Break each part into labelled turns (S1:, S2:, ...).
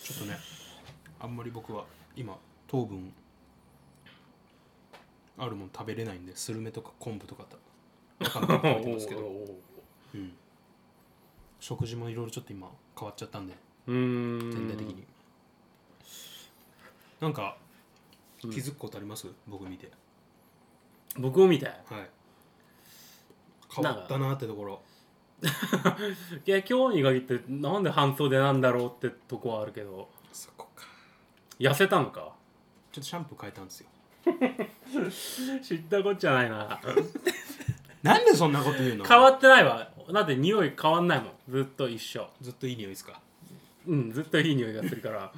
S1: ちょっとねあんまり僕は今糖分あるもの食べれないんでスルメとか昆布とかわかんないってますけ ど、うん、食事もいろいろちょっと今変わっちゃったんで
S2: うーん
S1: 全体的になんか気
S2: うん
S1: づくことあります、僕見て
S2: 僕を見て
S1: はい変わったなってところ
S2: いや今日に限ってなんで半袖なんだろうってとこはあるけど
S1: そこか
S2: 痩せたのか
S1: ちょっとシャンプー変えたんですよ
S2: 知ったこっちゃないな
S1: なんでそんなこと言うの
S2: 変わってないわだって匂い変わんないもんずっと一緒
S1: ずっといい匂いですか
S2: うんずっといい匂いがするから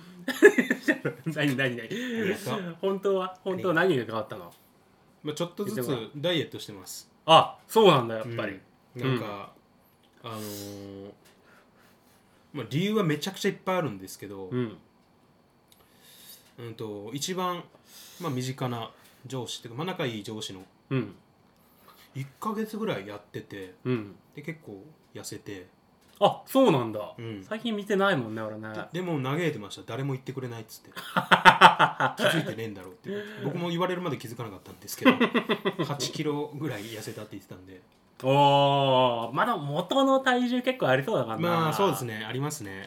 S2: 何何何
S1: りがとう
S2: 本当は本当は何が変わったの
S1: まあ、ちょっとず
S2: でも
S1: つダイエットしてます
S2: あそうなんだやっぱり、
S1: うんなんか、あのーまあ、理由はめちゃくちゃいっぱいあるんですけど、
S2: う
S1: うん
S2: ん
S1: と一番、まあ、身近な上司っていうか、まあ、仲いい上司の
S2: うん
S1: 1ヶ月ぐらいやってて
S2: うん
S1: で結構痩せて、
S2: あそうなんだ、
S1: うん
S2: 最近見てないもんね俺ね
S1: でも嘆いてました誰も言ってくれないっつって気づいてねえんだろうって僕も言われるまで気づかなかったんですけど8キロぐらい痩せたって言ってたんで
S2: おーまだ元の体重結構ありそうだからな
S1: まあそうですねありますね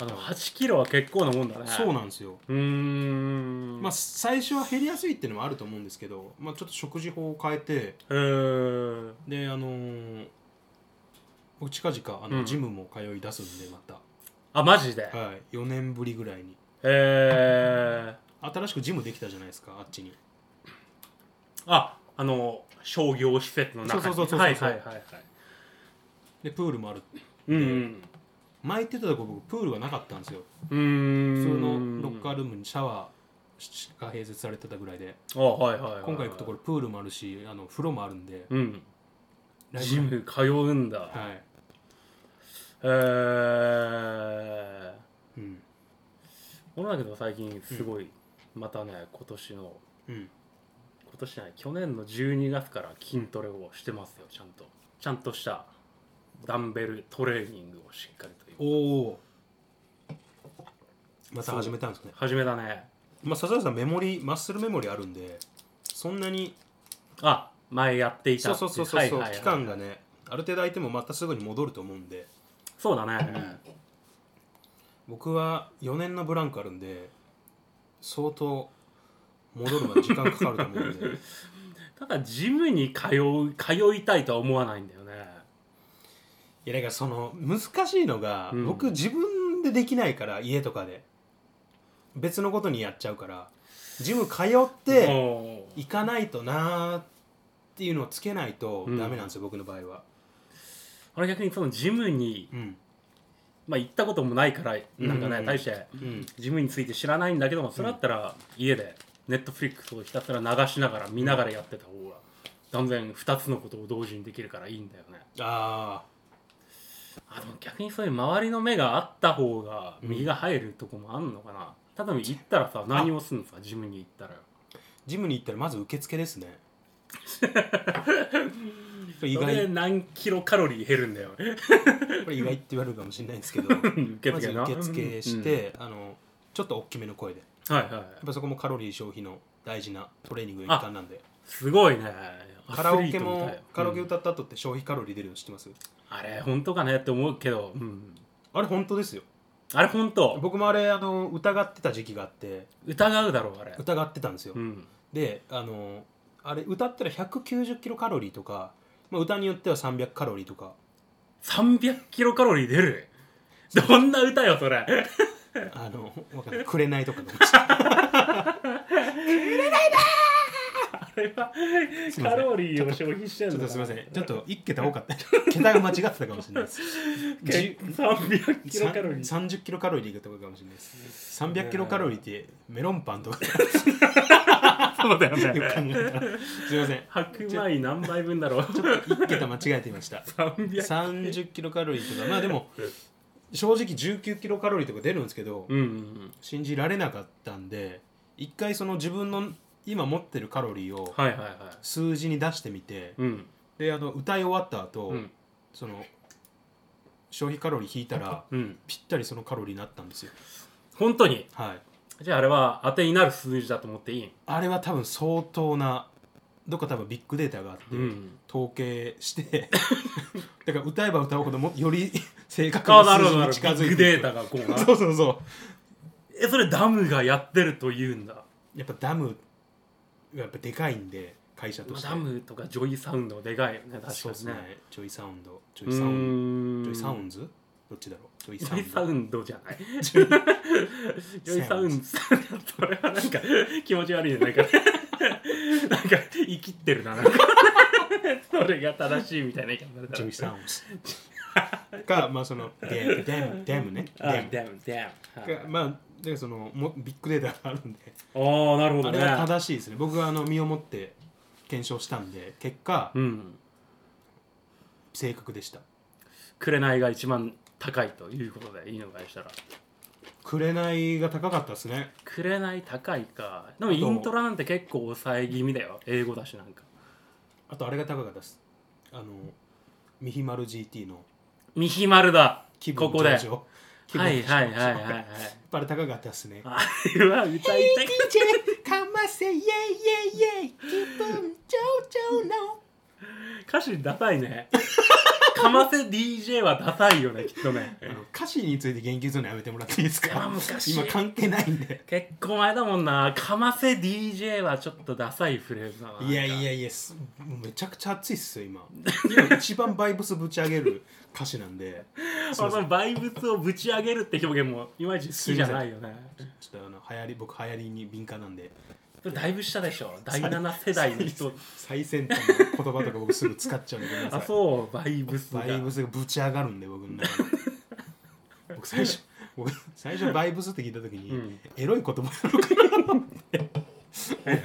S1: あ
S2: あ
S1: の方
S2: の
S1: は
S2: 8キロは結構なもんだね
S1: そうなんですよ
S2: うーん
S1: まあ、最初は減りやすいっていうのもあると思うんですけど、まあ、ちょっと食事法を変えて
S2: うーん
S1: であのー僕近々あの、
S2: うん
S1: ジムも通い出すんでま
S2: あマジで、
S1: た、はい、4年ぶりぐらいに
S2: えー、
S1: 新しくジムできたじゃないですかあっちに
S2: ああの商業施設の中に
S1: そうそうそうそうそう
S2: はいはいはいはい
S1: でプールもある
S2: うん
S1: 前行ってたとこ僕プールがなかったんですよ
S2: うんうー
S1: 普
S2: ん
S1: 通のロッカールームにシャワーが併設されてたぐらいで
S2: あはいはいはい、はい、
S1: 今回行くところプールもあるしあの風呂もあるんで
S2: うん
S1: 来
S2: ジ
S1: 週
S2: ム通うんだ、
S1: はい、
S2: えー、
S1: うん
S2: 俺だけど最近すごい、またね今年の
S1: うん、
S2: 今年じゃない去年の12月から筋トレをしてますよちゃんとちゃんとしたダンベルトレーニングをしっかりと
S1: おおまた始めたんですね
S2: 始めたね
S1: まあ、笹田さんメモリマッスルメモリあるんでそんなに
S2: あ前やっていた
S1: そうそうそうそう、
S2: はいはいはい
S1: 期間がねある程度空いてもまたすぐに戻ると思うんで
S2: そうだね、
S1: 僕は4年のブランクあるんで相当戻るまで時間かかると思 うんで
S2: ただジムに通う通いたいとは思わないんだよね
S1: いやだからその難しいのが、
S2: うん
S1: 僕自分でできないから家とかで別のことにやっちゃうからジム通って
S2: もう
S1: 行かないとなーっていうのをつけないとダメなんですよ、僕の場合は
S2: 俺逆にそのジムに、
S1: うん
S2: まあ、行ったこともないからなんかね、
S1: うん
S2: 大して
S1: うん
S2: ジムについて知らないんだけどもそれだったら家でネットフリックスをひたすら流しながら見ながらやってた方が断然2つのことを同時にできるからいいんだよね
S1: ああ
S2: あでも逆にそういう周りの目があった方が身が入るとこもあんのかな、ただ行ったらさ何をするのさジムに行ったら
S1: ジムに行ったらまず受付です ねこれ意
S2: そ
S1: 外
S2: れ
S1: や
S2: で何キロカロリー減るんだよ
S1: っぱり意外って言われるかもしれないんですけど
S2: 受
S1: まず
S2: 付な
S1: 受付して、あのちょっと大きめの声でや
S2: うんはいはい
S1: っぱそこもカロリー消費の大事なトレーニングの一環なんです
S2: ごいね
S1: カラオケ
S2: アスリートみ
S1: も
S2: たい
S1: カラオケ
S2: うん
S1: 歌った後って消費カロリー出るの知ってます、
S2: あれ本当かねって思うけど、うん、
S1: あれ本当ですよ
S2: あれ本当
S1: 僕もあれあの疑ってた時期があって
S2: 疑うだろうあれ
S1: 疑ってたんですよ、
S2: うん
S1: であのあれ歌ったら190キロカロリーとか、まあ、歌によっては300カロリーと か
S2: 300キロカロリー出るどんな歌よそれ
S1: あのわかんない紅とかの
S2: あれは
S1: せん
S2: カロリーを消費してん
S1: ちょ
S2: だ
S1: っとすみま せん、ちょっと1桁多か った、桁が間違ってたかもしれない です。
S2: 結300キロカロ リー
S1: 三十キロカロリーがとかかもしれないです。三百キロカロリーってメロンパンとかよ
S2: そうだよ
S1: く考えたら。 すみません、
S2: 白米何杯分だろう
S1: ちょっと1桁間違えていました。
S2: 300
S1: 三十キロカロリーとか、まあで も正直十九キロカロリーとか出るんですけど、
S2: うんうん
S1: 信じられなかったんで、一回その自分の今持ってるカロリーを
S2: はいはいはい
S1: 数字に出してみて、
S2: うん
S1: であの歌い終わった後、
S2: うん
S1: その消費カロリー引いたら。
S2: うん
S1: ぴったりそのカロリーになったんですよ
S2: 本当に
S1: はい
S2: じゃああれは当てになる数字だと思っていい
S1: あれは多分相当などっか多分ビッグデータがあって、
S2: うん
S1: 統計して だから歌えば歌うほどもより正確
S2: あ
S1: な
S2: あなる
S1: 数
S2: ほ
S1: 字に
S2: どなるほ
S1: 近づ
S2: どビッ
S1: い
S2: グ
S1: て
S2: デ
S1: い
S2: ータがこう な
S1: くそうそうそ
S2: えそれダムがやってるというんだ
S1: うやっぱダムやっぱでかいんで会社として
S2: ダムとかジョイサウンドでかいよね確かにね
S1: そうですねジョイサウンドジョ
S2: う
S1: イサウンドジ
S2: ーん
S1: ョイサウンズどっちだろうジ
S2: ジ
S1: ョ
S2: ョ
S1: イ
S2: イサ
S1: サウン
S2: ウ
S1: ド
S2: ンドじゃない
S1: ジョイ
S2: ジョイサウンドさんだとそれはなんか気持ち悪いねな んかなんか生きってるななんかそれが正しいみたいな言い方されたら
S1: ジョイサウンズ かまあそのデデムデムね
S2: あ
S1: デム
S2: ダムダムはい
S1: がまあだからそのもビッグデータがあるんで
S2: ああなるほど
S1: あ
S2: ね
S1: れは正しいですね僕はあの身をもって検証したんで結果
S2: うん
S1: 正確でした
S2: 紅が一番高いということでいいのかでしたら
S1: 紅が高かったですね
S2: 紅高いかでもイントラなんて結構抑え気味だよ英語だしなんか
S1: あとあれが高かったですあのミヒマル GT の
S2: ミヒマルだ
S1: 気分
S2: ここで
S1: 上々気分
S2: はいはいはいは
S1: 上
S2: い
S1: 々
S2: は
S1: や
S2: い
S1: っ ぱり高かったですね
S2: あれは歌いたい
S1: かませイェイイェイイェイ気分上々の
S2: 歌詞ダサいねかませ DJ はダサいよねきっとね
S1: あの歌詞について言及するのやめてもらっていいです
S2: いや
S1: か
S2: 難しい
S1: 今関係ないんで
S2: 結構前だもんなかませ DJ はちょっとダサいフレーズだない
S1: いやいやいやすめちゃくちゃ熱いっすよ 今今一番バイブスぶち上げる歌詞なんですいませ
S2: そ
S1: ん
S2: のバイブスをぶち上げるって表現もいまいち好きじゃないよね
S1: ちょっとあの流行り僕流行りに敏感なんで
S2: それだいぶ下でしょ第7世代 の人
S1: 最先端の言葉とか僕すぐ使っちゃうんでごめんなさい
S2: あそうバイブスが
S1: バイブスがぶち上がるんで僕の中で僕最初僕最初バイブスって聞いた時に、
S2: うん
S1: エロい言葉なのかなギ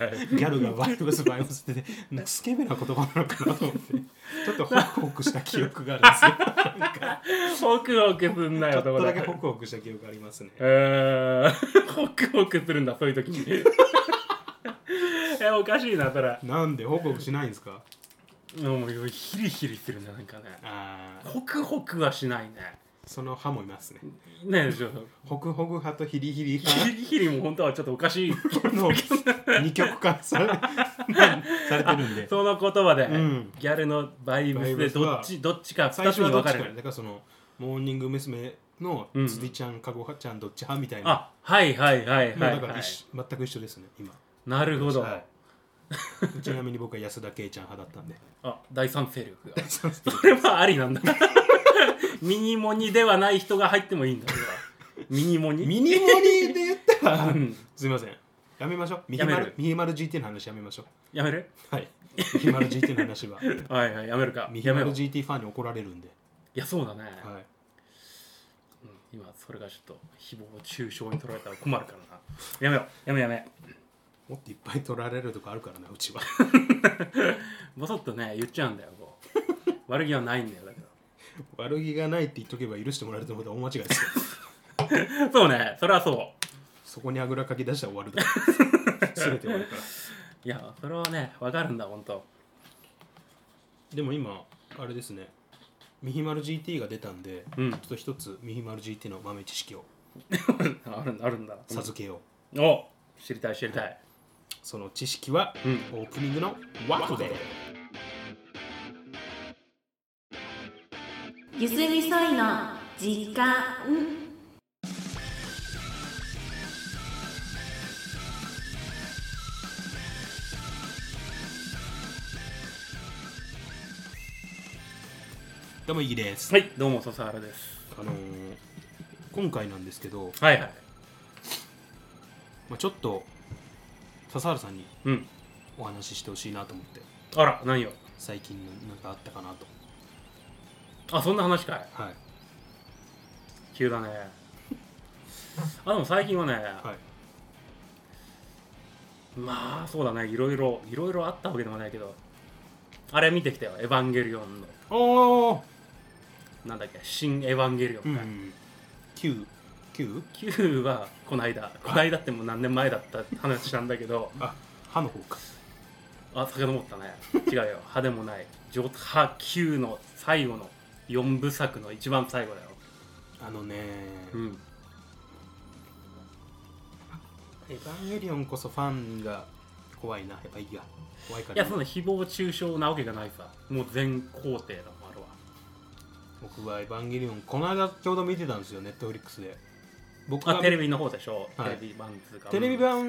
S1: ャルがバイブスバイブスってなんかスケベな言葉なのかなと思ってちょっとホクホクした記憶があるんですよなんか
S2: ホクホクすんな
S1: ちょ
S2: よ
S1: っとだけ
S2: ど
S1: ホ
S2: こ
S1: クホクした記憶がありますね
S2: でえーホクホクするんだそういう時に えおかしいなそれ
S1: なんでホクホクしないんですか
S2: もうヒリヒリするんだなんかね
S1: あー
S2: ホクホクはしないね
S1: その歯もいますね
S2: ねえちょっと
S1: ホクホク派とヒリヒリ
S2: ヒ
S1: 派
S2: リヒリも本当はちょっとおかしい
S1: の二極化され されてるんで
S2: その言葉で、
S1: うん
S2: ギャルのバイブス
S1: バイ
S2: で
S1: ブスは
S2: どっちどっちか
S1: 最
S2: 2つ
S1: 初
S2: に
S1: はど
S2: 分
S1: っち
S2: か
S1: か
S2: れ
S1: ね
S2: る
S1: だからそのモーニング娘。の
S2: うん
S1: 辻ちゃん、かごはちゃんどっち派みたいな
S2: あはいはいはい
S1: もう
S2: はい、
S1: だから
S2: はい、
S1: 一緒全く一緒ですね今
S2: なるほど、
S1: はい ちなみに僕は安田圭ちゃん派だったんで
S2: あ第三勢力が
S1: そうですね
S2: それはありなんだ ミニモニではない人が入ってもいいんだそれはミニモニ
S1: ミニモニで言ったら、
S2: うん
S1: すいませんやめましょうミヒ
S2: やめ
S1: マ
S2: る
S1: ルミヒマル GT の話やめましょ
S2: やめる
S1: うはいミヒマル GT の話は
S2: はい はいやめるか
S1: ミヒ
S2: や
S1: マ
S2: め
S1: ル
S2: ようい
S1: GT ファンに怒られるんで、
S2: やそうだね、
S1: はい、
S2: うん今それがちょっと誹謗中傷に取られたら困るからなやめようやめやめ
S1: もっといっぱい取られるとこあるからなうちは
S2: ボソッとね言っちゃうんだよこう悪気はないんだよだけど
S1: 悪気がないって言っとけば許してもらえると思ったら大間違いですよ
S2: そうね、それはそ
S1: そこにあぐらかき出したら終わるだろ 全て終わるから
S2: う。いや、それはね、わかるんだ、ほんと。
S1: でも今あれですねミヒマル GT が出たんで、
S2: うん
S1: ちょっと一つミヒマル GT の豆知識を
S2: あるあるんだ。
S1: 授けよう、
S2: お知りたい、知りたい。
S1: その知識は、
S2: う
S1: オープニングのワコで
S3: ゆすみそいの時間
S1: どうもいいです、
S2: はい、どうも、笹原です。
S1: あのー今回なんですけど、
S2: はいはい。
S1: まあ、ちょっと笹原さんに
S2: うん。
S1: お話ししてほしいなと思って
S2: あら、何よ。
S1: 最近なんかあったかなと
S2: あ、そんな話かい。
S1: はい
S2: 急だね。 あ、でも最近はね、
S1: はい
S2: まあ、そうだね、いろいろ、いろいろあったわけでもないけど、あれ見てきたよ、エヴァンゲリオンの、
S1: おお
S2: なんだっけ、新エヴァンゲリオン。
S1: うん9 9
S2: 9はこの間、この間ってもう何年前だったって話なんだけど、
S1: あ歯の方か
S2: あ、遡ったね。違うよ。 歯でもない。上歯9の最後の4部作の一番最後だよ。
S1: あのね、
S2: うん。
S1: エヴァンゲリオンこそファンが怖いなやっぱいいや怖いか
S2: いや
S1: ら
S2: そんな誹謗中傷なわけがないさもう全肯定だもんあるわ
S1: 僕はエヴァンゲリオンこの間ちょうど見てたんですよネットフリックスで僕
S2: あ
S1: が
S2: テレビの方でしょ、
S1: はい
S2: テレビ版っていうか
S1: テレビ版っ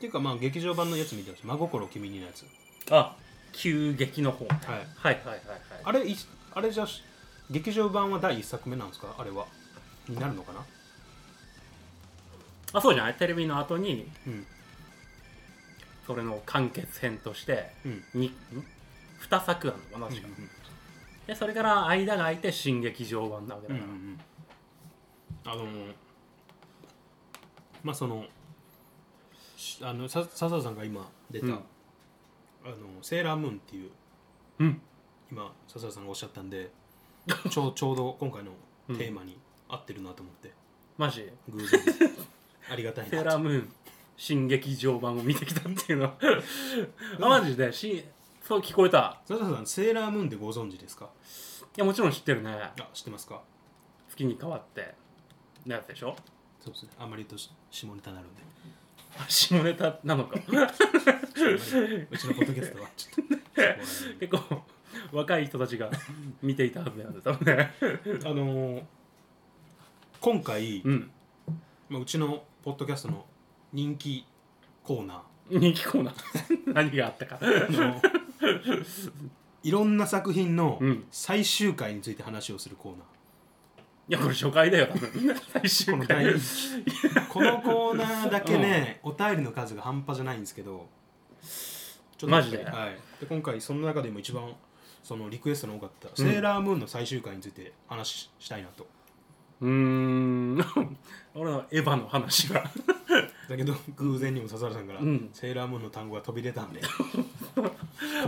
S1: ていうかまあ劇場版のやつ見てました真心君にのやつ
S2: あ急激の方、はい、
S1: はい
S2: はいはいはい
S1: あれいあれじゃし劇場版は第一作目なんですかあれはになるのかな
S2: あそうじゃないテレビの後に
S1: うん
S2: それの完結編として
S1: うん
S2: にん2作あるのかな確か、でそれから間が空いて新劇場版なわけ
S1: うん
S2: だ
S1: うん
S2: から、
S1: あのまあそのしあのさ笹田さんが今出た、
S2: うん
S1: あのセーラームーンっていう
S2: うん
S1: 今笹田さんがおっしゃったん でちょうちょうど今回のテーマに合ってるなと思って、
S2: マジ
S1: 偶然ですありがたい
S2: セ
S1: な
S2: ー
S1: と
S2: ラームーン新劇場版を見てきたっていうの はあマジでしそう聞こえた
S1: 笹田さんセーラームーンでご存知ですか
S2: いやもちろん知ってるね
S1: あ知ってますか
S2: 月に変わってのやつでしょ
S1: そうですねあんまり言うとし下ネタになるんで
S2: あ下ネタなのか
S1: うちのポッドキャストはちょっとそ
S2: 結構若い人たちが見ていたはずなんで多分ね
S1: こはねあのー今回、
S2: うん
S1: まあ、うちのポッドキャストの人気コーナ
S2: 人気コーナー 何があったか
S1: ー のいろんな作品の
S2: うん
S1: 最終回について話をするコーナー
S2: いやこれ初回だよ多分 最終
S1: この
S2: 回
S1: 第このコーナーだけね、お便りの数が半端じゃないんですけどち
S2: マジで
S1: はい、で今回その中でも一番そのリクエストの多かった、セーラームーンの最終回について話ししたいなと
S2: うーん 俺のエヴァの話が
S1: だけど偶然にも笹原さんから、
S2: ん
S1: セーラームーンの単語が飛び出たん でこ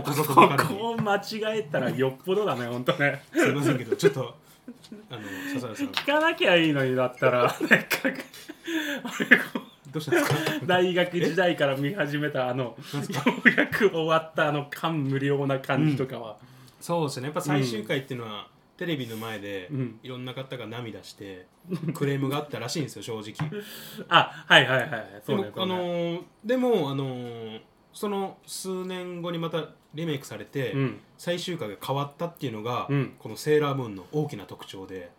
S1: こぞとば
S2: こ
S1: かり
S2: こ
S1: に
S2: を間違えたらよっぽどだね本当ね
S1: すいませんけどちょっとあの笹原さん
S2: 聞かなきゃいいのにだったら せっかく俺こ
S1: どうしたんですか
S2: う大学時代から見始めたあの
S1: なんです
S2: ようやく終わったあの感無量な感じとかは、
S1: そうですねやっぱ最終回っていうのは、テレビの前で、
S2: うん
S1: いろんな方が涙してクレームがあったらしいんですよ正直
S2: あはいはいはいそうね
S1: でも、あの
S2: ね
S1: ーでも、あのーその数年後にまたリメイクされて、
S2: うん
S1: 最終回が変わったっていうのが、
S2: うん
S1: この「セーラームーン」の大きな特徴で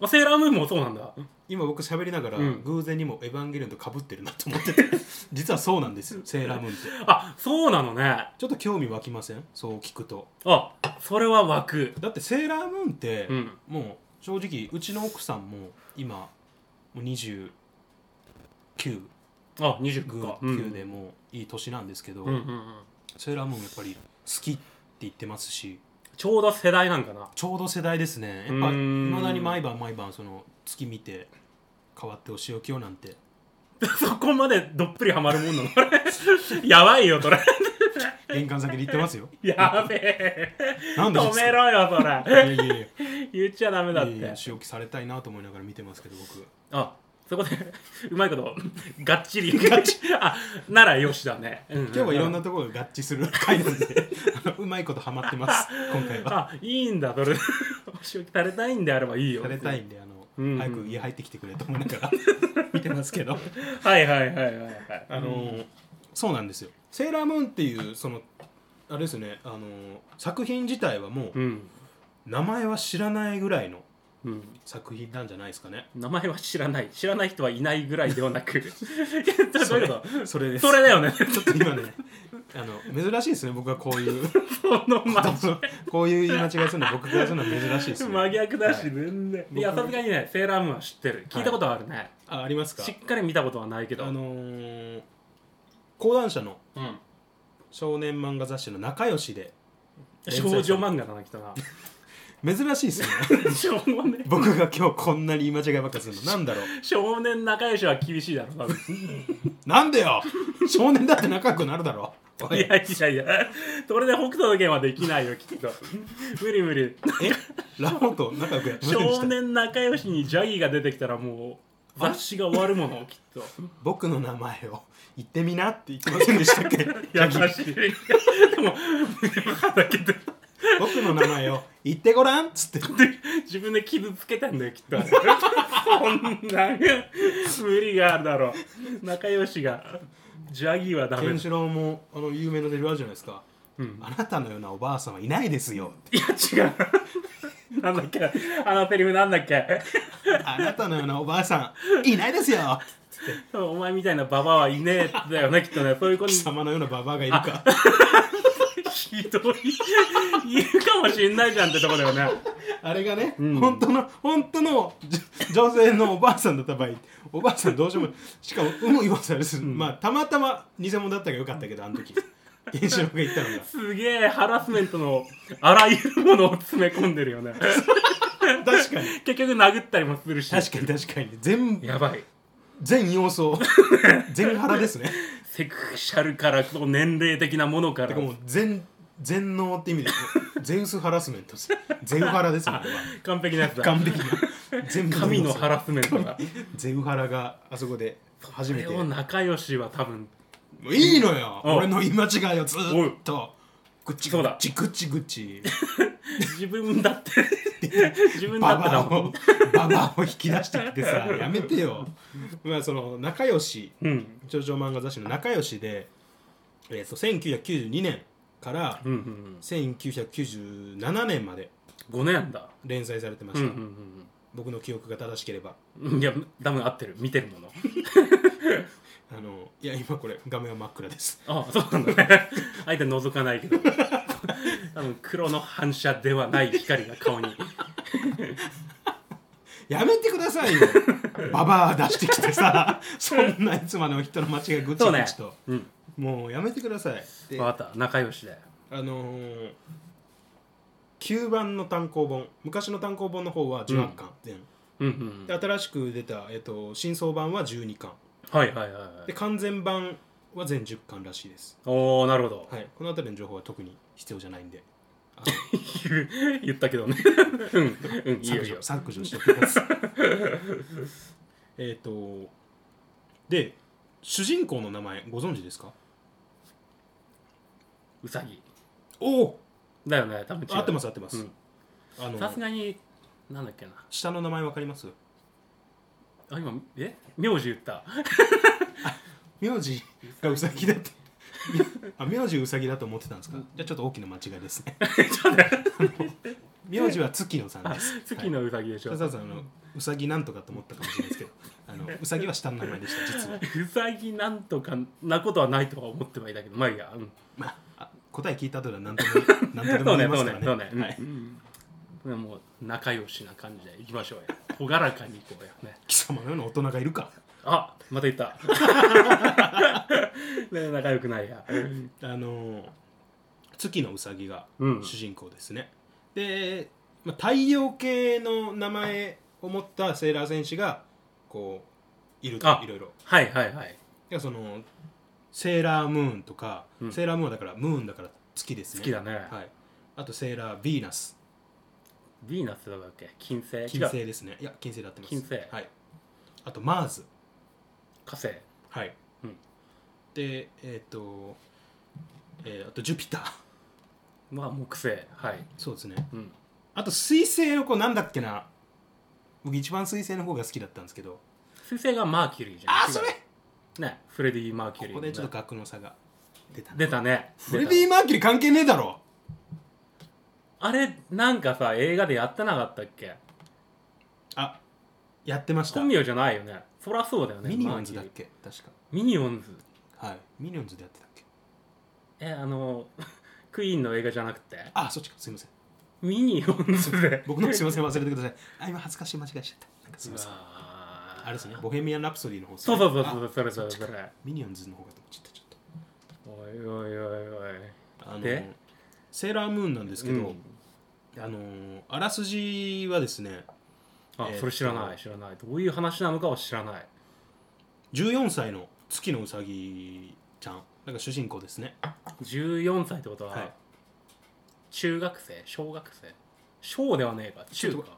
S2: あセーラームーンもそうなんだ
S1: 今僕喋りながら、
S2: うん
S1: 偶然にも「エヴァンゲリオン」とかぶってるなと思ってて 実はそうなんですよ「セーラームーン」って
S2: あそうなのね
S1: ちょっと興味湧きませんそう聞くと
S2: あそれは湧く
S1: だって「セーラームーン」って、
S2: うん
S1: もう正直うちの奥さんも今もう29
S2: あ二十
S1: ぐ
S2: か
S1: 9でもういい年なんですけど、
S2: うんうんうんうん
S1: セーラームーンやっぱり好きって言ってますし
S2: ちょうど世代なんかな
S1: ちょうど世代ですねや
S2: う
S1: っぱい
S2: ーん
S1: まだに毎晩毎晩その月見て変わってお仕置きをなんて
S2: そこまでどっぷりハマるもんなの これやばいよそれ
S1: 玄関先に行ってます よ
S2: やべえ
S1: なん でで
S2: 止
S1: す
S2: めろよそ
S1: い
S2: れ
S1: やいやいやい
S2: 言っちゃダメだ
S1: や
S2: っ
S1: いや
S2: て
S1: 仕置きされたいなと思いながら見てますけど僕
S2: あそこで うまいことがっちり がっちあならよしだね、うんうん
S1: 今日はいろんなところが合致する回なん であのうまいことハマってます今回は
S2: あいいんだそれ お仕置きされたいんであればいいよ
S1: されたいんであの、
S2: うんうん
S1: 早く家入ってきてくれと思いながら 見てますけ ど
S2: はいはいはいはいはい
S1: あのーそうなんですよ「セーラームーン」っていうそのあれですね、あのー作品自体はもう
S2: うん、
S1: 名前は知らないぐらいの
S2: うん、
S1: 作品なんじゃないですか ね
S2: 名前は知らない知らない人はいないぐらいでは なくいやどういうこと
S1: それです
S2: それだよね
S1: ちょっと今ね あの珍しいですね僕はこう いう
S2: そのまま
S1: こういう言い間違いするの僕がするのは珍しいですね
S2: 真逆だし
S1: はい
S2: 全然、い、やさすがにねセーラームーンは知ってる聞いたことはあるね、
S1: あありますか
S2: しっかり見たことはないけど
S1: あのー講談社の
S2: うん
S1: 少年漫画雑誌の仲良しで
S2: 少女漫画だなき っとな
S1: 珍しいですね
S2: 少年
S1: 僕が今日こんなに言い間違いばっかするのなんだろう
S2: 少年仲良しは厳しいだろ多分
S1: なんでよ少年だって仲良くなるだろお
S2: い
S1: い
S2: やいやいやそれで北斗の拳はできないよきっと無理無理
S1: えラボと仲良くやってませんでし
S2: 少
S1: た
S2: 年仲良しにジャギーが出てきたらもう雑誌が終わるものきっと
S1: 僕の名前を言ってみなって言ってませんでしたっけ
S2: 優し いでも だけど
S1: 僕の名前を言ってごらんっつって
S2: 自分で傷つけたんだよきっとそんな無理があるだろう仲良しがジャギーはダ
S1: ケ
S2: メ
S1: ン
S2: だ
S1: シロウもあの有名なセリフあるじゃないですか、
S2: うん
S1: あなたのようなおばあさんはいないですよって
S2: いや違うなんだっけあのセリフなんだっけ
S1: あなたのようなおばあさんいないですよ
S2: お前みたいなババアはいねえだよねきっ とねそういう子に
S1: 貴様のようなババアがいるか
S2: ひどいいるかもしんないじゃんってとこだよね
S1: あれがね、
S2: ん
S1: 本当の本当のじ女性のおばあさんだった場合おばあさんどうしようもしかも有無言わずでする、まあたまたま偽物だったからよかったけどあの時原子郎が言ったのが
S2: すげえハラスメントのあらゆるものを詰め込んでるよ ね
S1: 確かに
S2: 結局殴ったりもするし
S1: 確かに確かに全
S2: やばい
S1: 全要 素全腹ですね
S2: セクシャルからこう年齢的なものから
S1: てかもう全全能って意味ですゼウスハラスメントですゼウハラですもんこれは
S2: 完璧なやつだ
S1: 完璧な全部
S2: 神のハラスメントが
S1: ゼウハラがあそこで初
S2: こ
S1: め
S2: れ
S1: て
S2: を仲良しは多分
S1: もういいのよ
S2: うん
S1: 俺の言い間違いをずーっとぐっち
S2: そ
S1: ぐ
S2: う
S1: っ
S2: だ
S1: ちぐっちぐっ ち
S2: 自分だって 自分だ
S1: バ
S2: ってだ
S1: バア
S2: も
S1: を
S2: ん
S1: ババアを引き出してきて さやめてよまあその仲良し
S2: うん
S1: 上場漫画雑誌の仲良しで、えー、と1992年から
S2: うんうん
S1: 1997年まで
S2: うん5年だ
S1: 連載されてま
S2: う
S1: し
S2: ん
S1: た、
S2: うんうん
S1: 僕の記憶が正しければ
S2: うんいや多分合ってる見てるもの
S1: あのいや今これ画面は真っ暗です
S2: ああそうなん だねあえて覗かないけど多分黒の反射ではない光が顔に
S1: やめてくだ さいよババア出してきてさそんないつまでも人の間違いぐち
S2: そう
S1: ぐ
S2: ね
S1: ちと、
S2: うん
S1: もうやめてくださいで
S2: 分かった仲良しで
S1: あのー、9番の単行本昔の単行本の方は18巻全、
S2: うんうん
S1: で新しく出た、えっと新装版は12巻
S2: はいはいはいは
S1: で
S2: い
S1: 完全版は全10巻らしいです、
S2: おおなるほど、
S1: はい、この辺りの情報は特に必要じゃないんであの
S2: 言ったけ どねうんうんいいよ
S1: 削
S2: いいよ
S1: 除削除しておきます えっとで主人公の名前ご存知ですか
S2: うさぎ
S1: おお
S2: だよね多分違う
S1: 合ってます合ってます、
S2: うん
S1: あの
S2: さすがになんだっけな
S1: 下の名前わかります
S2: あ今え名字言った
S1: 名字がうさぎだってあ名字うさぎだと思ってたんですかじゃあちょっと大きな間違いです ね名字は月野さんです
S2: 月のうさぎでしょ、
S1: わざわざあのうさぎなんとかと思ったかもしれないですけ どあのうさぎは下の名前でした実は、
S2: うさぎなんとかなことはないとは思ってはいたけどまあいいや、うん、
S1: まあ、あ答え聞いた後では何とでも何とで
S2: そ
S1: も言
S2: うね
S1: いま
S2: そ
S1: す
S2: う
S1: か
S2: ね
S1: らね
S2: そうね、うん
S1: はい
S2: うんもう仲良しな感じでいきましょうや朗らかにいこうやね
S1: 貴様のような大人がいるか
S2: あまた言った ね仲良くないやうん
S1: あの月のうさぎが
S2: うん
S1: 主人公ですね、で、まあ、太陽系の名前を持ったセーラー戦士がこういると
S2: あ
S1: いろいろ
S2: はいはいはい
S1: いやそのセーラームーンとか、
S2: うん
S1: セーラームーンはだからムーンだから月ですね
S2: 好きだね、
S1: はい、あとセーラーヴィーナス
S2: ヴィーナスだっけ金星
S1: 金
S2: 違う
S1: 星ですねいや金星だってます
S2: 金星
S1: はいあとマーズ
S2: 火星
S1: はい、
S2: うん
S1: でえっ、と、えーあとジュピター
S2: まあ木星はい、
S1: そうですね
S2: うん、
S1: あと水星の子なんだっけな僕一番水星の方が好きだったんですけど
S2: 水星がマーキュリーじゃん
S1: あ
S2: 違
S1: ー
S2: う
S1: それ
S2: ねフレディ・マーキュ
S1: こ
S2: リ
S1: こ
S2: ーの
S1: で
S2: ね
S1: ちょっと学の差が出たな
S2: 出たね
S1: フレディ・マーキュリー関係ねえだろ
S2: あれなんかさ映画でやってなかったっけ
S1: あやってました
S2: 本名じゃないよねそりゃそうだよね
S1: ミニオンズだっ
S2: マーキ
S1: け確か
S2: ュリーミニオンズ
S1: はいミニオンズでやってたっけ
S2: えあの クイーンの映画じゃなくて
S1: あそっちかすいません
S2: ミニオンズで
S1: 僕のすいません忘れてくださいあ今恥ずかしい間違いしちゃったなんかすいうません
S2: わ
S1: あ
S2: ー
S1: れですねボヘミアン・ラプソディの方
S2: そうそうそうそ
S1: あ
S2: うそれそれそれ
S1: ミニオンズの方がと思っちゃったちょっ
S2: おいおいおいおい
S1: とあの
S2: で
S1: セーラームーンなんですけど、
S2: うん
S1: あのあらすじはですね
S2: あ
S1: えーっと
S2: それ知らない知らないどういう話なのかは知らない
S1: 14歳の月のうさぎちゃんなんか主人公ですね
S2: 14歳ってことは、
S1: はい
S2: 中学生小学生小ではねえか中
S1: ちょっ
S2: か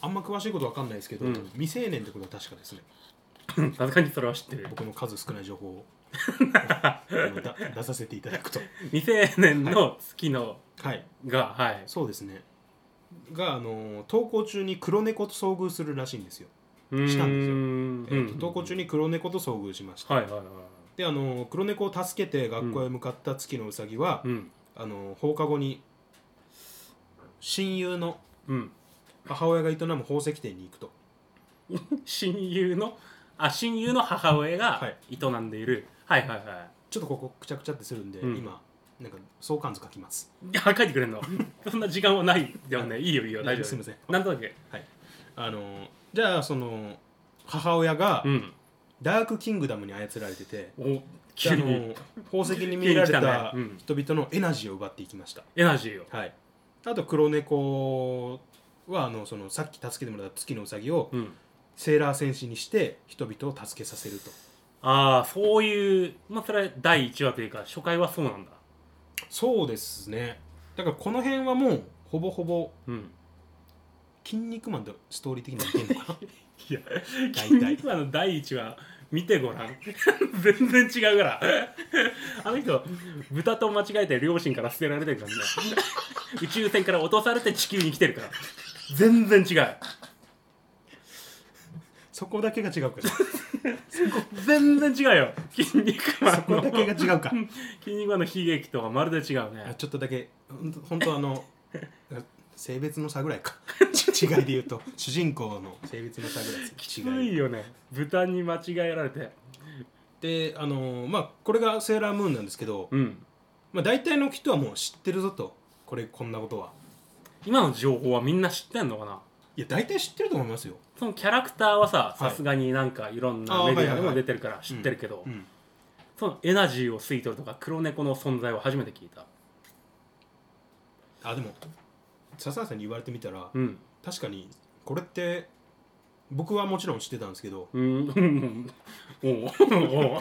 S1: あんま詳しいことわかんないですけど、
S2: うん
S1: 未成年ってことは確かですね
S2: うんさすがにそれは知ってる
S1: 僕の数少ない情報を あのだ出させていただくと
S2: 未成年の月の
S1: はい
S2: がはい
S1: そうですねがあの登校中に黒猫と遭遇するらしいんですよしたんですよえ
S2: ん
S1: ーと登校中に黒猫と遭遇しました、
S2: はいはいはい
S1: であの黒猫を助けて学校へ向かった月のうさぎは、
S2: うん
S1: あの放課後に親友の
S2: うん
S1: 母親が営む宝石店に行くと
S2: 親友のあ親友の母親
S1: は
S2: が営んでいる、はい、はいはいは
S1: ちょっとここくちゃくちゃってするんで、
S2: うん
S1: 今なんか相関図書きます
S2: いや書いてくれん のそんな時間はないでもねいいよいいよ大丈夫
S1: すいません
S2: なんとなく
S1: あのじゃあその母親が
S2: うん
S1: ダークキングダムに操られてて、
S2: お
S1: で
S2: 急
S1: あ
S2: に
S1: の宝石に見られ
S2: 急に来
S1: た
S2: たねうん
S1: 人々のエナジーを奪っていきました、
S2: エナジーを
S1: はいあと黒猫はあのそのさっき助けてもらった月のうさぎを
S2: うん
S1: セーラー戦士にして人々を助けさせると
S2: ああそういうまあそれは第1話というか初回はそうなんだ
S1: そうですねだからこの辺はもうほぼほぼ
S2: うん
S1: 「筋肉マン」でストーリー的に似てんのかな
S2: いや
S1: 大体
S2: 筋肉マンの第1話見てごらん 全然違うから あの人豚と間違えて両親から捨てられてるからね 宇宙船から落とされて地球に来てるから全然違う
S1: そこだけが違うか
S2: 全然違うよ筋肉マ
S1: そこだ
S2: ン
S1: けが
S2: の
S1: 違うか
S2: 筋肉マンの悲劇とはまるで違う
S1: あ
S2: ね
S1: ちょっとだけほんとほんとあの性別の差ぐらい か違いで言うと主人公の性別の差ぐらいです
S2: きつ
S1: 違い
S2: いよね豚に間違えられて
S1: であのーまあこれが「セーラームーン」なんですけど、
S2: うん
S1: まあ、大体の人はもう知ってるぞとこれこんなことは
S2: 今の情報はみんな知ってんのかない
S1: や大体知ってると思いますよ
S2: そのキャラクターはさ
S1: はい
S2: さすがになんかいろん
S1: あ
S2: な
S1: ー
S2: メディ
S1: は
S2: ア
S1: いはい
S2: で
S1: は
S2: も
S1: い
S2: 出てるから知ってるけど、
S1: うん
S2: そのエナジーを吸い取るとか黒猫の存在を初めて聞いた
S1: あでも笹原さんに言われてみたら、
S2: うん
S1: 確かにこれって僕はもちろん知ってたんですけど
S2: うんうんおうおう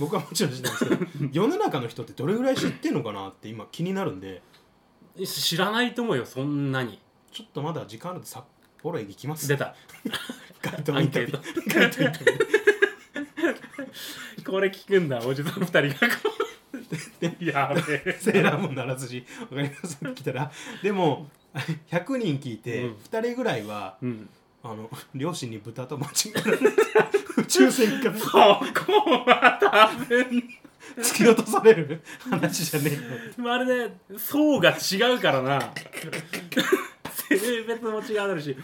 S1: 僕はもちろん知ってたんですけど 世の中の人ってどれぐらい知ってんのかなって今気になるんで
S2: 知らないと思うよそんなに
S1: ちょっとまだ時間あると札幌駅行きます
S2: 出た
S1: 街頭
S2: ア
S1: イ
S2: ン
S1: ンタ
S2: ケ
S1: ビュ
S2: ート
S1: ー街頭インタビュー
S2: これ聞くんだおじさん2人がこうやべえ
S1: セーラームーンのあらすじわかりますって来たらでも100人聞いて
S2: うん
S1: 2人ぐらいは、
S2: うん
S1: あの両親に豚と間違えられて 宇宙船から
S2: そこは多分
S1: 突き落とされる話じゃねえの
S2: まるで層が違うからな性別も違うだろうし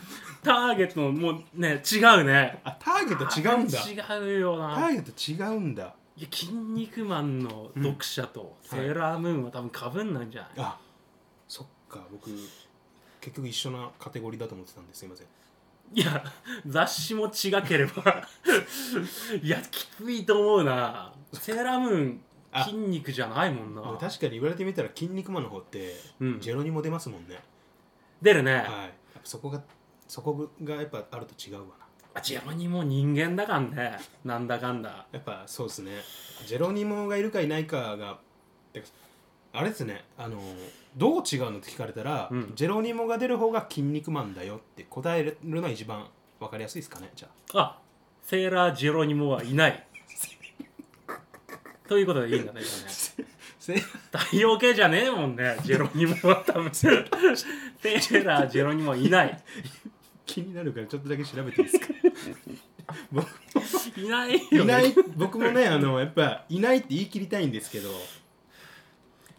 S2: ターゲットももうね違うね
S1: あターゲット違うんだ
S2: 違うよ
S1: タ
S2: な
S1: ーゲット違うんだ
S2: いや「筋肉マン」の読者と「セーラームーン」は多分かぶんないんじゃない、
S1: あそっか僕結局一緒なカテゴリーだと思ってたんですいません
S2: い、や雑誌も違ければ いやきついと思うなセーラームーン
S1: あ
S2: 筋肉じゃないもんな
S1: 確かに言われてみたら「筋肉マン」の方って
S2: うん
S1: ジェロニモ出ますもんね、
S2: 出るね、
S1: はいやっぱそこがそこがやっぱあると違うわな
S2: あジェロニモ人間だかんねなんだかんだ
S1: やっぱそうですねジェロニモがいるかいないかがてかあれですねあのどう違うのって聞かれたら、
S2: うん
S1: ジェロニモが出る方が「筋肉マン」だよって答えるのが一番わかりやすいですかねじゃあ
S2: あセーラー・ジェロニモは いない。ということでいいんだね、じゃあね
S1: せ
S2: 太陽系じゃねえもんね、ジェロニモは多 分。セーラー・ジェロニモはいない。
S1: 気になるからちょっとだけ調べていいですか
S2: いないよ、ね。
S1: いない僕もねあのやっぱいないって言い切りたいんですけど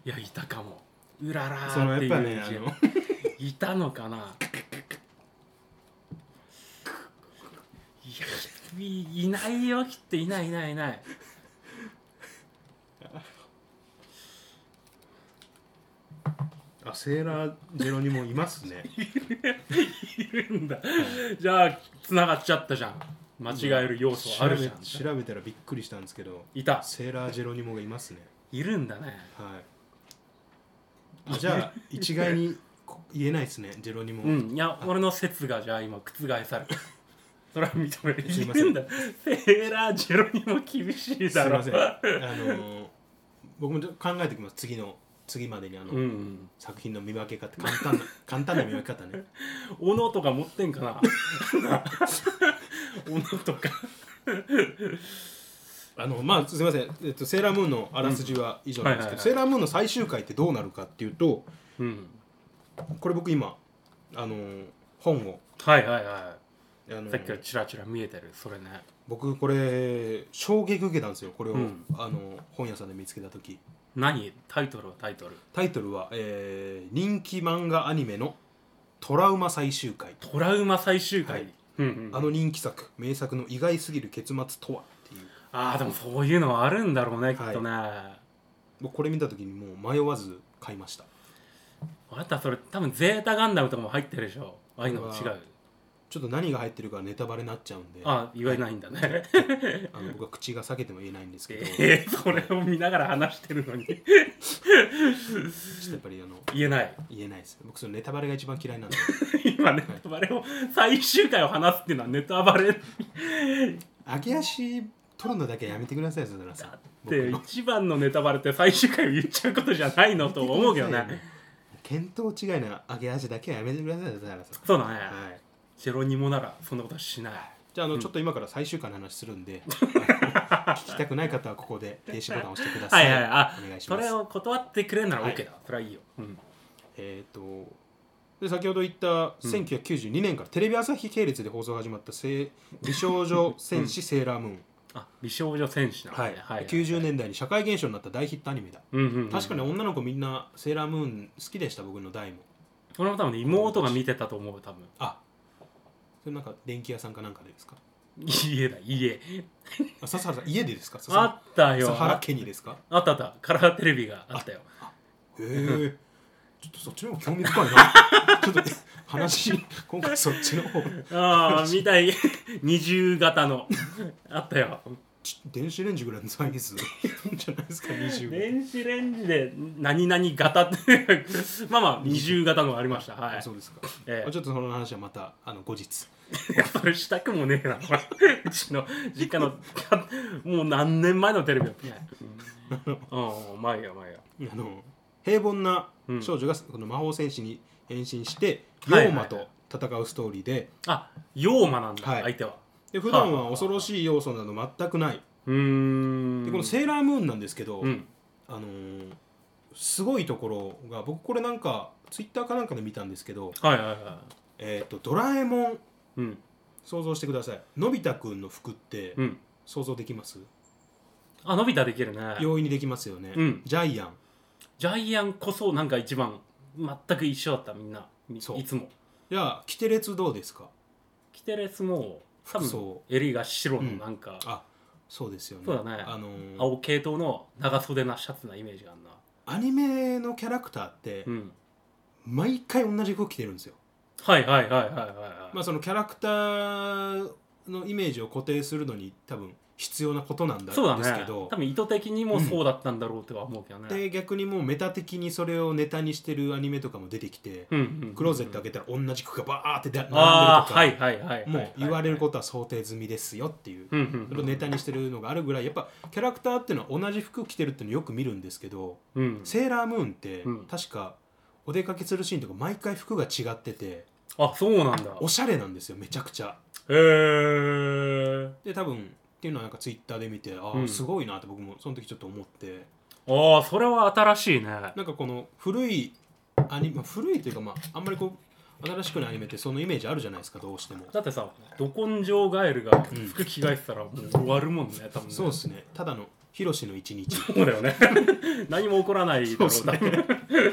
S2: いや、いたかも。うらら
S1: その
S2: ー
S1: や
S2: っ
S1: ってぱ
S2: い
S1: ね
S2: う
S1: あ
S2: 字
S1: の
S2: いたのかな。いや、いいないよ、きっといないいないいない。
S1: あセーラージェロニモいます ね
S2: いるんだ。じゃあ、つながっちゃったじゃん。間違える要素あるじゃん。
S1: 調べ調べたらびっくりしたんですけど
S2: いた。
S1: セーラージェロニモがいますね
S2: いるんだね。
S1: はいあじゃあ一概にこ言えないですねジェロニモ、
S2: うん、いや、俺の説がじゃあ今覆された。それは認める。
S1: すい
S2: い
S1: ません
S2: るんだ。セーラー・ジェロにも厳しい
S1: すい
S2: だろ。
S1: ませんあの僕もちょっと考えておきます次の次までにあの、
S2: うんうん。
S1: 作品の見分け方簡単な 簡単な見分け方ね
S2: 斧とか持ってんか な斧とか。
S1: あのまあすみません、えっと、セーラームーンのあらすじは以上なんですけど、
S2: うんはいはいはい
S1: セーラームーンの最終回ってどうなるかっていうと
S2: うん。
S1: これ僕今あのー本を、
S2: はいはいは
S1: えあの
S2: さっきからチラチラ見えてるそれね
S1: 僕これ衝撃受けたんですよこれを、
S2: うん
S1: あの本屋さんで見つけた時
S2: 何タイトルはタイトル
S1: タイトルは、えー人気漫画アニメの「トラウマ最終回」
S2: トラウマ最終回、
S1: はい
S2: うんうん、
S1: あの人気作名作の意外すぎる結末とはっていう
S2: ああでもそういうのはあるんだろうねき
S1: い
S2: っとね、
S1: 僕これ見た時にもう迷わず買いました
S2: あとはそれ多分ゼータガンダムとかも入ってるでしょああいうのも違
S1: うわ
S2: う
S1: ちょっと何が入ってるかネタバレになっちゃうんで
S2: ああ言えないんだね
S1: あの僕は口が裂けても言えないんですけど、ちょ
S2: えー、それを見ながら話してるのに
S1: っとやっぱりあの
S2: 言えない
S1: 言えないです僕そのネタバレが一番嫌いなんで
S2: 今ネタバレを最終回を話すっていうのはネタバレ
S1: 揚げ足取るのだけはやめてくださいよ佐々さん僕
S2: で
S1: の
S2: 一番のネタバレって最終回を言っちゃうことじゃないのと思 うけどね
S1: 見当違いな揚げ足だけはやめてくださいよ佐々さん
S2: そうだね、
S1: はい
S2: ジェロニモならそんなことはしない
S1: じゃああの、ちょっと今から最終回の話するんであの聞きたくない方はここ で停止ボタンを押してくださ
S2: はいいはいあ
S1: お願いし
S2: そ
S1: ます
S2: れを断ってくれるなら
S1: はい
S2: OK だ、それはいいよ、うん、
S1: えー、とで先ほど言った1992年からテレビ朝日系列で放送が始まったせ「美少女戦士セーラームーン」
S2: あ美少女戦士なのね
S1: はい90年代に社会現象になった大ヒットアニメだ、
S2: うんうんうん、
S1: 確かに女の子みんなセーラームーン好きでした僕の代も
S2: 俺も多分ね妹が見てたと思う多分
S1: あそれなんか電気屋さんかなんかでですか
S2: 家だ家
S1: あ笹原さん家でですか笹
S2: あったよ
S1: 笹原家にですか
S2: あったあったカラーテレビがあったよ
S1: へえちょっとそっちの方興味深いな ちょっと話今回そっちの方
S2: あ あみたい 二重型のあったよ
S1: ち電子レンジぐらいのサイズじゃないですか20
S2: 電子レンジで何々型ってまあまあ二重型のがありましたはい
S1: あそうですか、
S2: ええ
S1: あちょっとその話はまたあの後日
S2: いやそれしたくもねえな うちの実家の もう何年前のテレビだったねうん前や前や
S1: あの平凡な
S2: うん
S1: 少女がこの魔法戦士に変身して、
S2: はい
S1: 妖魔と戦うストーリーで
S2: あ妖魔なんだ、
S1: はい
S2: 相手は
S1: で普段は恐ろしい要素など全くない、
S2: うーん
S1: でこの「セーラームーン」なんですけど、
S2: うん
S1: あのーすごいところが僕これなんかツイッターかなんかで見たんですけど、
S2: はいはいは
S1: えー、とドラえもん
S2: いうん
S1: 想像してくださいのび太くんの服って
S2: うん
S1: 想像できます、
S2: あのび太できるね
S1: 容易にできますよね、
S2: うん
S1: ジャイアン
S2: ジャイアンこそなんか一番全く一緒だったみんなみ
S1: そう
S2: いつも
S1: じゃあキテレツどうですか
S2: キテレスも
S1: 服
S2: 多分
S1: 装
S2: 襟が白のなんか、
S1: あそうですよね
S2: そうだね
S1: あのー
S2: 青系統の長袖なシャツなイメージがあるな
S1: アニメのキャラクターって
S2: うん
S1: 毎回同じ服着てるんですよ、
S2: はいはいはいはいはい、
S1: まあ、そのキャラクターのイメージを固定するのに多分必要なことなんだ
S2: そうだね
S1: ですけど
S2: 多分意図的にもそうだったんだろうとは思うけどね、
S1: で逆にもうメタ的にそれをネタにしてるアニメとかも出てきて、
S2: うんうんうん
S1: クローゼット開けたら同じ服がバーって並んでるとか、
S2: ああはいはいはいはいはい
S1: もう言われることは想定済みですよっていう、
S2: うん
S1: それをネタにしてるのがあるぐらいやっぱキャラクターっていうのは同じ服着てるっていうのよく見るんですけど、
S2: うんうん
S1: セーラームーンって
S2: うん
S1: 確かお出かけするシーンとか毎回服が違ってて
S2: あそうなんだ
S1: おしゃれなんですよめちゃくちゃ
S2: へえ
S1: で多分っていうのはなんかツイッターで見てあ
S2: う
S1: あ
S2: ん
S1: すごいなって僕もその時ちょっと思って
S2: ああそれは新しいね
S1: なんかこの古いアニメまあ古いというかまああんまりこう新しくないアニメってそのイメージあるじゃないですかどうしても
S2: だってさど根性ガエルが
S1: うん
S2: 服着替えてたらもう終わるもんね多分ね
S1: そうですねただのヒロシの一 日
S2: そうだよね何も起こらないだろう
S1: そう
S2: だ
S1: っ
S2: っ
S1: すね
S2: て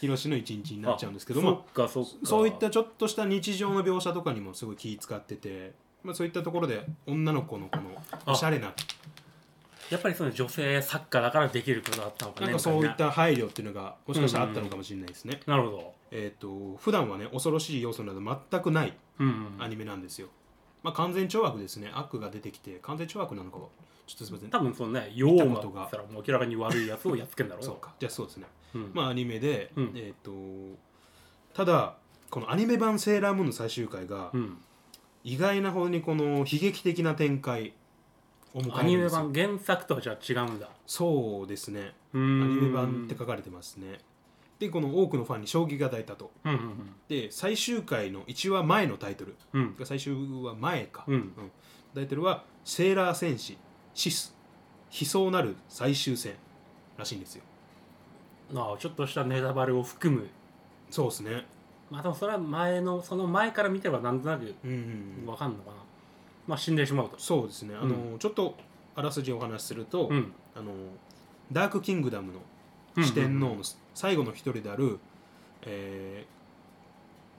S1: ヒロシの一日になっちゃうんですけど
S2: そ
S1: も
S2: っかそっか
S1: そういったちょっとした日常の描写とかにもすごい気使ってて、まあ、そういったところで女の子のこのおしゃれな
S2: やっぱりその女性作家だからできることだったのかね
S1: なんかそういっ
S2: みい
S1: た配慮っていうのがもしかしたらあったのかもしれないですね。
S2: ななるほど
S1: えっ、と普段はね恐ろしい要素など全くない
S2: うんうん
S1: アニメなんですよ。まあ完全懲悪ですね。悪が出てきて完全懲悪なのかはちょっとすみません。
S2: 多分そのね妖魔
S1: 見た
S2: と
S1: ことが
S2: かたらもう明らかに悪いやつをやっつけんだろ
S1: そうか。じゃあそうですね。
S2: うん
S1: まあアニメで、
S2: うん
S1: えっ、とただこのアニメ版セーラームーンの最終回が
S2: うん
S1: 意外な方にこの悲劇的な展開を迎
S2: ア
S1: え
S2: ニ
S1: るん
S2: メ
S1: ですよ。
S2: 版原作とはじゃあ違うんだ
S1: そうですね。
S2: アニ
S1: アニメ版って書かれてますね。でこの多くのファンに衝撃が抱いたと。
S2: うんうん
S1: で最終回の1話前のタイトル
S2: うんうん
S1: 最終話前か、
S2: うん
S1: タイトルは「セーラー戦士シス悲壮なる最終戦」らしいんですよ
S2: ああちょっとしたネタバレを含む
S1: そうですね
S2: まあでもそれは前のその前から見てればなんとなく
S1: うんうん
S2: わかんのかなまあ死んでしまうと
S1: そうですねあの、ちょっとあらすじお話しすると、
S2: うん
S1: あのダークキングダムの
S2: うん
S1: 四天王の最後の一人である、え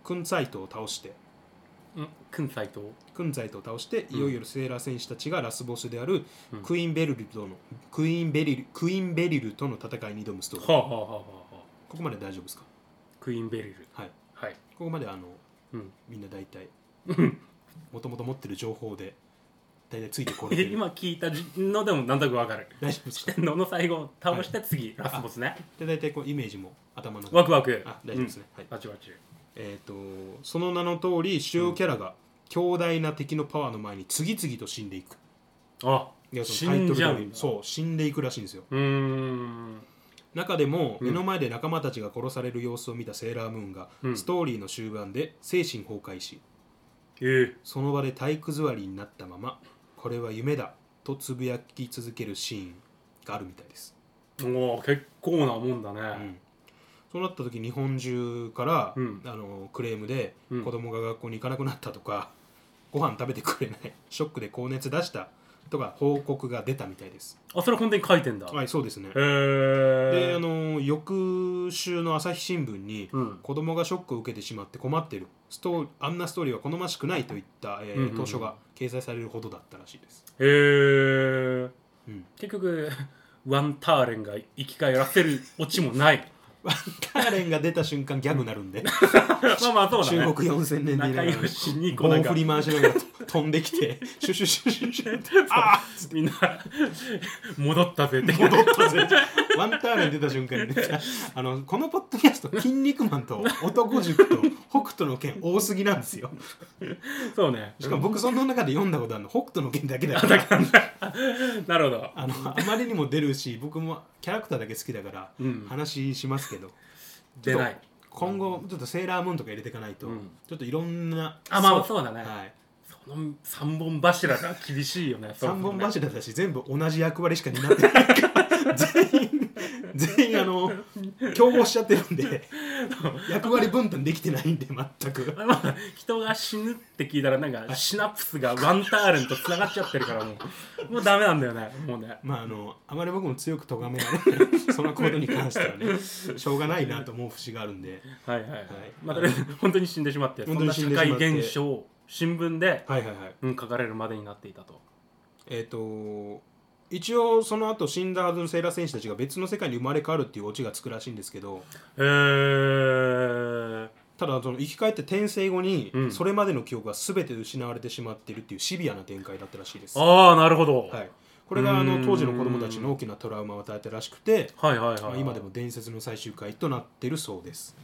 S1: ー、クンサイトを倒して
S2: うん君斎藤
S1: クンサイトを倒していよいよセーラー戦士たちがラスボスである
S2: うん
S1: クイーンベリルとの、クイーンベリルクイーンベリルとの戦いに挑むストーリー、
S2: はあはあはあはあはあ
S1: ここまで大丈夫ですか
S2: クイーンベリル
S1: はい
S2: はい
S1: ここまであの
S2: うん
S1: みんな大体もともと持ってる情報で大体ついてこれてる
S2: 今聞いたじのでもなんとなくわかる
S1: 大丈夫ですか
S2: 四天王の最後を倒して次ラスボスね
S1: で大体こうイメージも頭の中
S2: ワクワク
S1: あ大丈夫ですね、
S2: うん
S1: はい
S2: バチバチ
S1: えー、とその名の通り主要キャラが強大な敵のパワーの前に次々と死んでいく
S2: あ
S1: いやそ
S2: 死
S1: のタイト
S2: ん
S1: ル
S2: じゃ
S1: 通
S2: う
S1: りそう死んでいくらしいんですよ
S2: うーん
S1: 中でも
S2: うん
S1: 目の前で仲間たちが殺される様子を見たセーラームーンが、
S2: うん
S1: ストーリーの終盤で精神崩壊し
S2: ええ
S1: その場で体育座りになったままこれは夢だとつぶやき続けるシーンがあるみたいです、
S2: もう結構なもんだ
S1: う
S2: ね
S1: ん、そうなった時日本中から、
S2: うん
S1: あのクレームで、
S2: うん
S1: 子供が学校に行かなくなったとかご飯食べてくれないショックで高熱出したとか報告が出たみたいです
S2: あそれ本当に書いてんだ
S1: はいそうですね
S2: へ
S1: で
S2: え
S1: あの翌週の朝日新聞に、
S2: うん
S1: 子供がショックを受けてしまって困ってるストーあんなストーリーは好ましくないといった、えー
S2: うんうんうん
S1: 図書が掲載されるほどだったらしいです、
S2: へえ
S1: うん、
S2: 結局 ワンターレンが生き返らせるオチもない
S1: ワンターレンが出た瞬間ギャグなるんで、
S2: まあまあそうだね
S1: 中国4000年で
S2: 仲
S1: ね
S2: 良しにこうな
S1: 棒
S2: んか
S1: 振り回しながら飛んできてシュシュシュシュシュってああ
S2: みんな 戻ったぜって
S1: 戻ったぜワンターレン出た瞬間に、ね、あのこのポッドキャスト「筋肉マン」と「男塾」と「北斗の拳」多すぎなんですよ
S2: そうね
S1: しかも僕その中で読んだことあるの北斗の拳だけだから
S2: なるほど
S1: あのあまりにも出るし僕もキャラクターだけ好きだから
S2: うん
S1: 話しますけど、
S2: 出ない
S1: 今後ちょっとセーラームーンとか入れていかないと、
S2: うん
S1: ちょっといろんな
S2: あまあそうだね
S1: はい、
S2: その三本柱が厳しいよね
S1: 3本柱だし全部同じ役割しか担ってないから全員全員あの競合しちゃってるんで役割分担できてないんで全く
S2: あまあ人が死ぬって聞いたらなんかシナプスがワンターレンとつながっちゃってるからも うもうダメなんだよねもうね
S1: まああのあまり僕も強く咎められないそのことに関してはねしょうがないなと思う節があるんで
S2: はいはいはい、まあ、
S1: は
S2: と
S1: い
S2: りあえず本当に死んでしまってそ
S1: 本
S2: ん
S1: 当
S2: な
S1: に死
S2: 社
S1: んでしまって
S2: 会現象を新聞で、
S1: はいはいはい
S2: うん、書かれるまでになっていたと
S1: えっ、と一応その後死んだはずのセーラー戦士たちが別の世界に生まれ変わるっていうオチがつくらしいんですけど
S2: へー
S1: ただその生き返って転生後に
S2: うん
S1: それまでの記憶が全て失われてしまっているっていうシビアな展開だったらしいです、は
S2: ああなるほど、
S1: い、これがあ
S2: うー
S1: の
S2: ん
S1: 当時の子供たちの大きなトラウマを与えたらしくて、
S2: はい、はいはい
S1: まあ、今でも伝説の最終回となってるそうです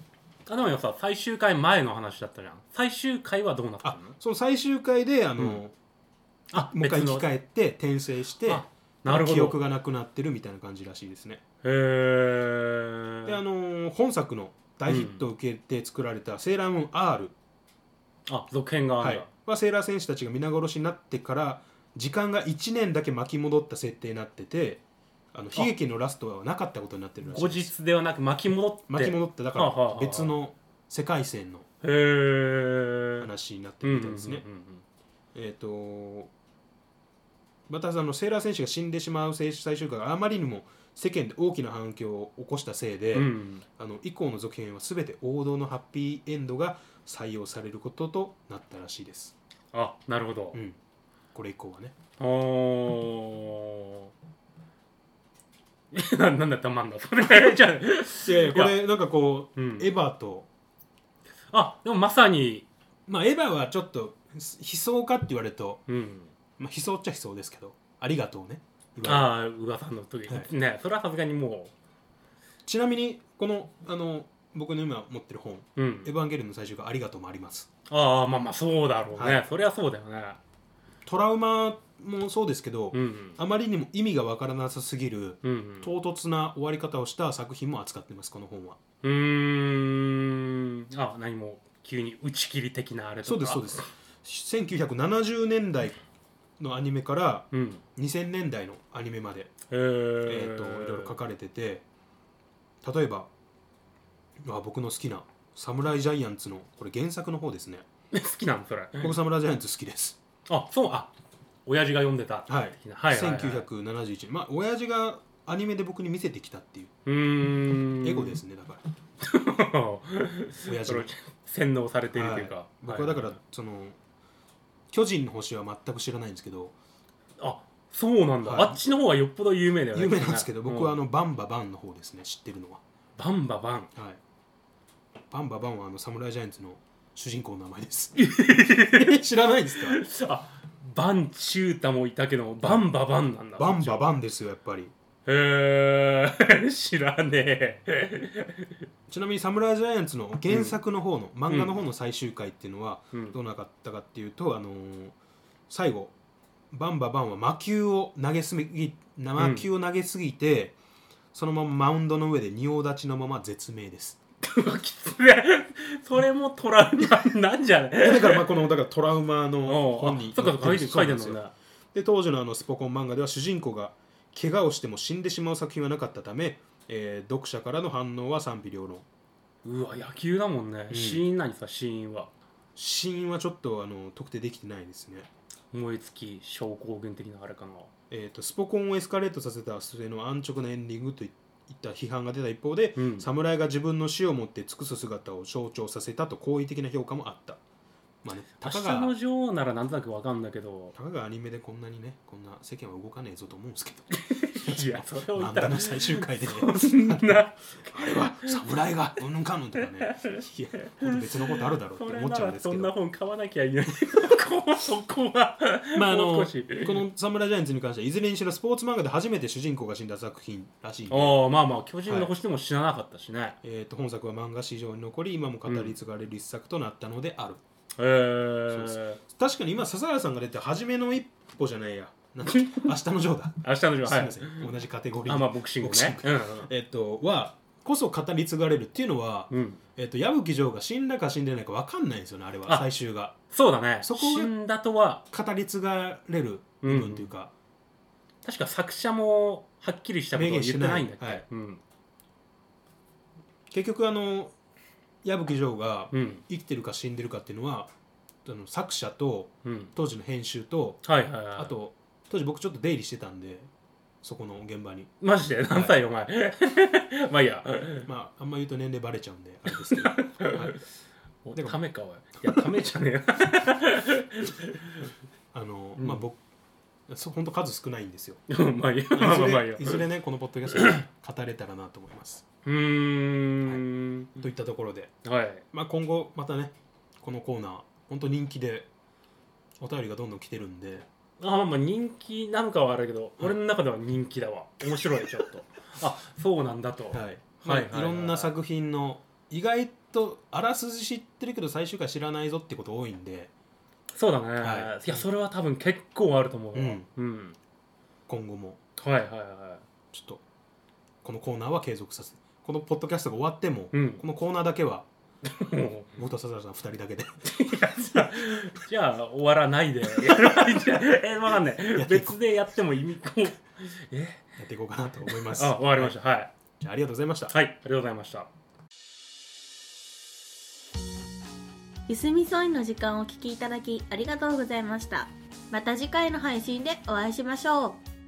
S2: あでもさ最終回前の話だったじゃん最終回はどうなったの
S1: あその最終回であの、
S2: うんあ
S1: もう一回生
S2: 別の
S1: き返って転生して
S2: あなるほど
S1: 記憶がなくなってるみたいな感じらしいですね
S2: へー
S1: であのー本作の大ヒットを受けて作られた「セーラームーン R
S2: あ続編」があ
S1: は
S2: るん
S1: い
S2: だ、
S1: はセーラー戦士たちが皆殺しになってから時間が1年だけ巻き戻った設定になっててあの
S2: あ
S1: 悲劇のラストはなかったことになってるらし
S2: 後
S1: いです
S2: 日ではなく巻き戻って
S1: 巻き戻ってだか
S2: はあはあは
S1: ら
S2: あ
S1: 別の世界線の
S2: へー
S1: 話になって
S2: うん
S1: る
S2: う
S1: みたい
S2: ん
S1: ですね
S2: うんうん
S1: えっとまたそのセーラー戦士が死んでしまう最終回があまりにも世間で大きな反響を起こしたせいで、
S2: うん
S1: あの以降の続編は全て王道のハッピーエンドが採用されることとなったらしいです、
S2: あなるほど
S1: うん、これ以降はね
S2: おー ななんだったまんだそれ じゃ
S1: いやいやこれなんかこう、
S2: うん
S1: エヴァと
S2: ああでもまさに
S1: まあエヴァはちょっと悲壮かって言われると、
S2: うん
S1: まあ、悲壮っちゃ悲壮ですけどありがとうねいわゆる
S2: ああ噂の時、
S1: はい
S2: ねそれはさすがにも
S1: ちなみにこのあの僕の今持ってる本
S2: う、う
S1: 「
S2: ん
S1: エヴ、ァンゲリオン」の最終回「ありがとう」もあります
S2: ああまあまあそうだろうね、
S1: はい
S2: そりゃそうだよね
S1: トラウマもそうですけど、
S2: うん
S1: あまりにも意味がわからなさすぎる
S2: うんうん
S1: 唐突な終わり方をした作品も扱ってますこの本は
S2: うーんあ何も急に打ち切り的なあれ
S1: そ
S2: とか
S1: うですそうですす1970年代のアニメから
S2: うん
S1: 2000年代のアニメまで、
S2: え
S1: え
S2: ー
S1: ー、といろいろ書かれてて例えばあ僕の好きな「サムライジャイアンツのこれ原作の方ですね
S2: 好きなのそれ
S1: 僕サムライジャイアンツ好きです
S2: あそうあ親父が読んでた
S1: はい
S2: 的なはいはいはい
S1: 1971年まあ親父がアニメで僕に見せてきたっていう
S2: うーん
S1: エゴ ですすねだから親父
S2: そ
S1: が
S2: の洗脳されているというか、
S1: はい僕はだから
S2: い
S1: その巨人の星は全く知らないんですけど
S2: あそうなんだ、
S1: はい
S2: あっちの方はよっぽど有名だよね
S1: 有名なんですけど僕はあ
S2: の
S1: のバンババンの方ですね知ってるのは
S2: バンババン
S1: はいバンババンはあのサムライジャイアンツの主人公の名前です 知らないですか
S2: あバンチュータもいたけどバンババンなんだ
S1: バンババンですよやっぱり
S2: へえ 知らねえ
S1: ちなみにサムライジャイアンツの原作の方の、漫画の方の最終回っていうのは
S2: うん
S1: どうなかったかっていうと、あのー最後バンババンは魔球を投げすぎ魔球を投げすぎて、そのままマウンドの上で仁王立ちのまま絶命です
S2: きつねそれもトラウマ なんじゃね
S1: いやだからまあこのだからトラウマの
S2: おう
S1: 本
S2: あ
S1: に
S2: そっかそっか書いて書いてん
S1: そうなんですよ
S2: のね
S1: で当時のあのスポコン漫画では主人公が怪我をしても死んでしまう作品はなかったため、えー読者からの反応は賛否両論
S2: うわ野球だもんね、
S1: うん
S2: 死因何さ死因は
S1: 死因はちょっとあの特定できてないですね
S2: 燃え尽き症候群的なあれかな
S1: えー、とスポコンをエスカレートさせた末の安直なエンディングといった批判が出た一方で、
S2: うん
S1: 侍が自分の死をもって尽くす姿を象徴させたと好意的な評価もあった。まあね、たか
S2: 明日の
S1: が
S2: 女王ならなんとなくわかんだ けど
S1: たかがアニメでこんなにね、こんな世間は動かねえぞと思うんですけ
S2: いやそれを
S1: ど、
S2: 言
S1: 漫
S2: った
S1: 画
S2: ら
S1: の最終回で、ね、
S2: そんな
S1: あれは侍がうんぬんかんぬんとかね、いや、ほんと別のことあるだろうって
S2: それ
S1: 思っ
S2: な
S1: ちゃうん
S2: ら
S1: です
S2: そ
S1: け
S2: んな
S1: ど、
S2: 本買わなきゃいいのにそこは
S1: まあ、あ
S2: も
S1: の
S2: う少し
S1: この侍ジャイアンツに関しては、いずれにしろスポーツ漫画で初めて主人公が死んだ作品らしいんで、
S2: ああまあまあ巨人の星でも死ななかったしね、
S1: えー、と本作は漫画史上に残り今も語り継がれる一作となったのである、
S2: えー、
S1: そう確かに今笹原さんが出て初めの一歩じゃないやなん だ明日のジョーだ
S2: 明日の女王
S1: す
S2: はいい
S1: ません同じカテゴリー
S2: あまあボクシング
S1: ボクシン
S2: ね
S1: グ
S2: うん
S1: えっ、とはこそ語り継がれるっていうのは、
S2: うん、うん、
S1: えっと矢吹城が死んだか死んでないか分かんないんですよねあれは
S2: あ
S1: 最終が
S2: そうだね
S1: そこが
S2: 死んだとは
S1: 語り継がれる部分というか、
S2: 確か作者もはっきりしたことを言ってないんだ
S1: 明言し
S2: っけ、
S1: てないはい
S2: うん
S1: 結局あの矢吹城が
S2: うん
S1: 生きてるか死んでるかっていうのはあの作者と
S2: うん
S1: 当時の編集と
S2: はいはいはい
S1: あと当時僕ちょっと出入りしてたんでそこの現場に
S2: マジで何歳お前 まあいいや
S1: まああんま言うと年齢バレちゃうんであれです けど、はい
S2: お
S1: でも
S2: ためかおいいやためじゃねえな
S1: あの、
S2: うん
S1: まあ僕そう本当数少ないんですよ
S2: まあいい
S1: い
S2: や
S1: ずれ,、
S2: まあまあいいや
S1: いずれねこのポッドキャストで語れたらなと思います
S2: うーん
S1: といったところで、
S2: はい
S1: まあ、今後またねこのコーナー本当人気でお便りがどんどん来てるんで
S2: あまあまあ人気なのかはあれだけど、俺の中では人気だわ面白いち ょっとあそうなんだと、
S1: はい、まあ
S2: はいはいはい
S1: いろんな作品の意外とあらすじ知ってるけど最終回知らないぞってこと多いんで
S2: そうだね、
S1: はい
S2: い、やそれは多分結構あると思うわ
S1: うん
S2: うん、
S1: 今後も
S2: はいはいは
S1: ちょっとこのコーナーは継続させこのポッドキャストが終わっても、
S2: うん
S1: このコーナーだけはい
S2: も
S1: 僕と笹原さん2人だけで
S2: ういやさじゃあ終わらないでやればいいんじゃない え分かんない
S1: やっていこう
S2: 別でやっても意味こうえ
S1: やっていこうかなと思います
S2: あ終わりましたたはい、
S1: じゃあありがとうございました、
S2: はい、ありがとうございました
S3: ゆすみそいの時間をお聞きいただきありがとうございましたまた次回の配信でお会いしましょう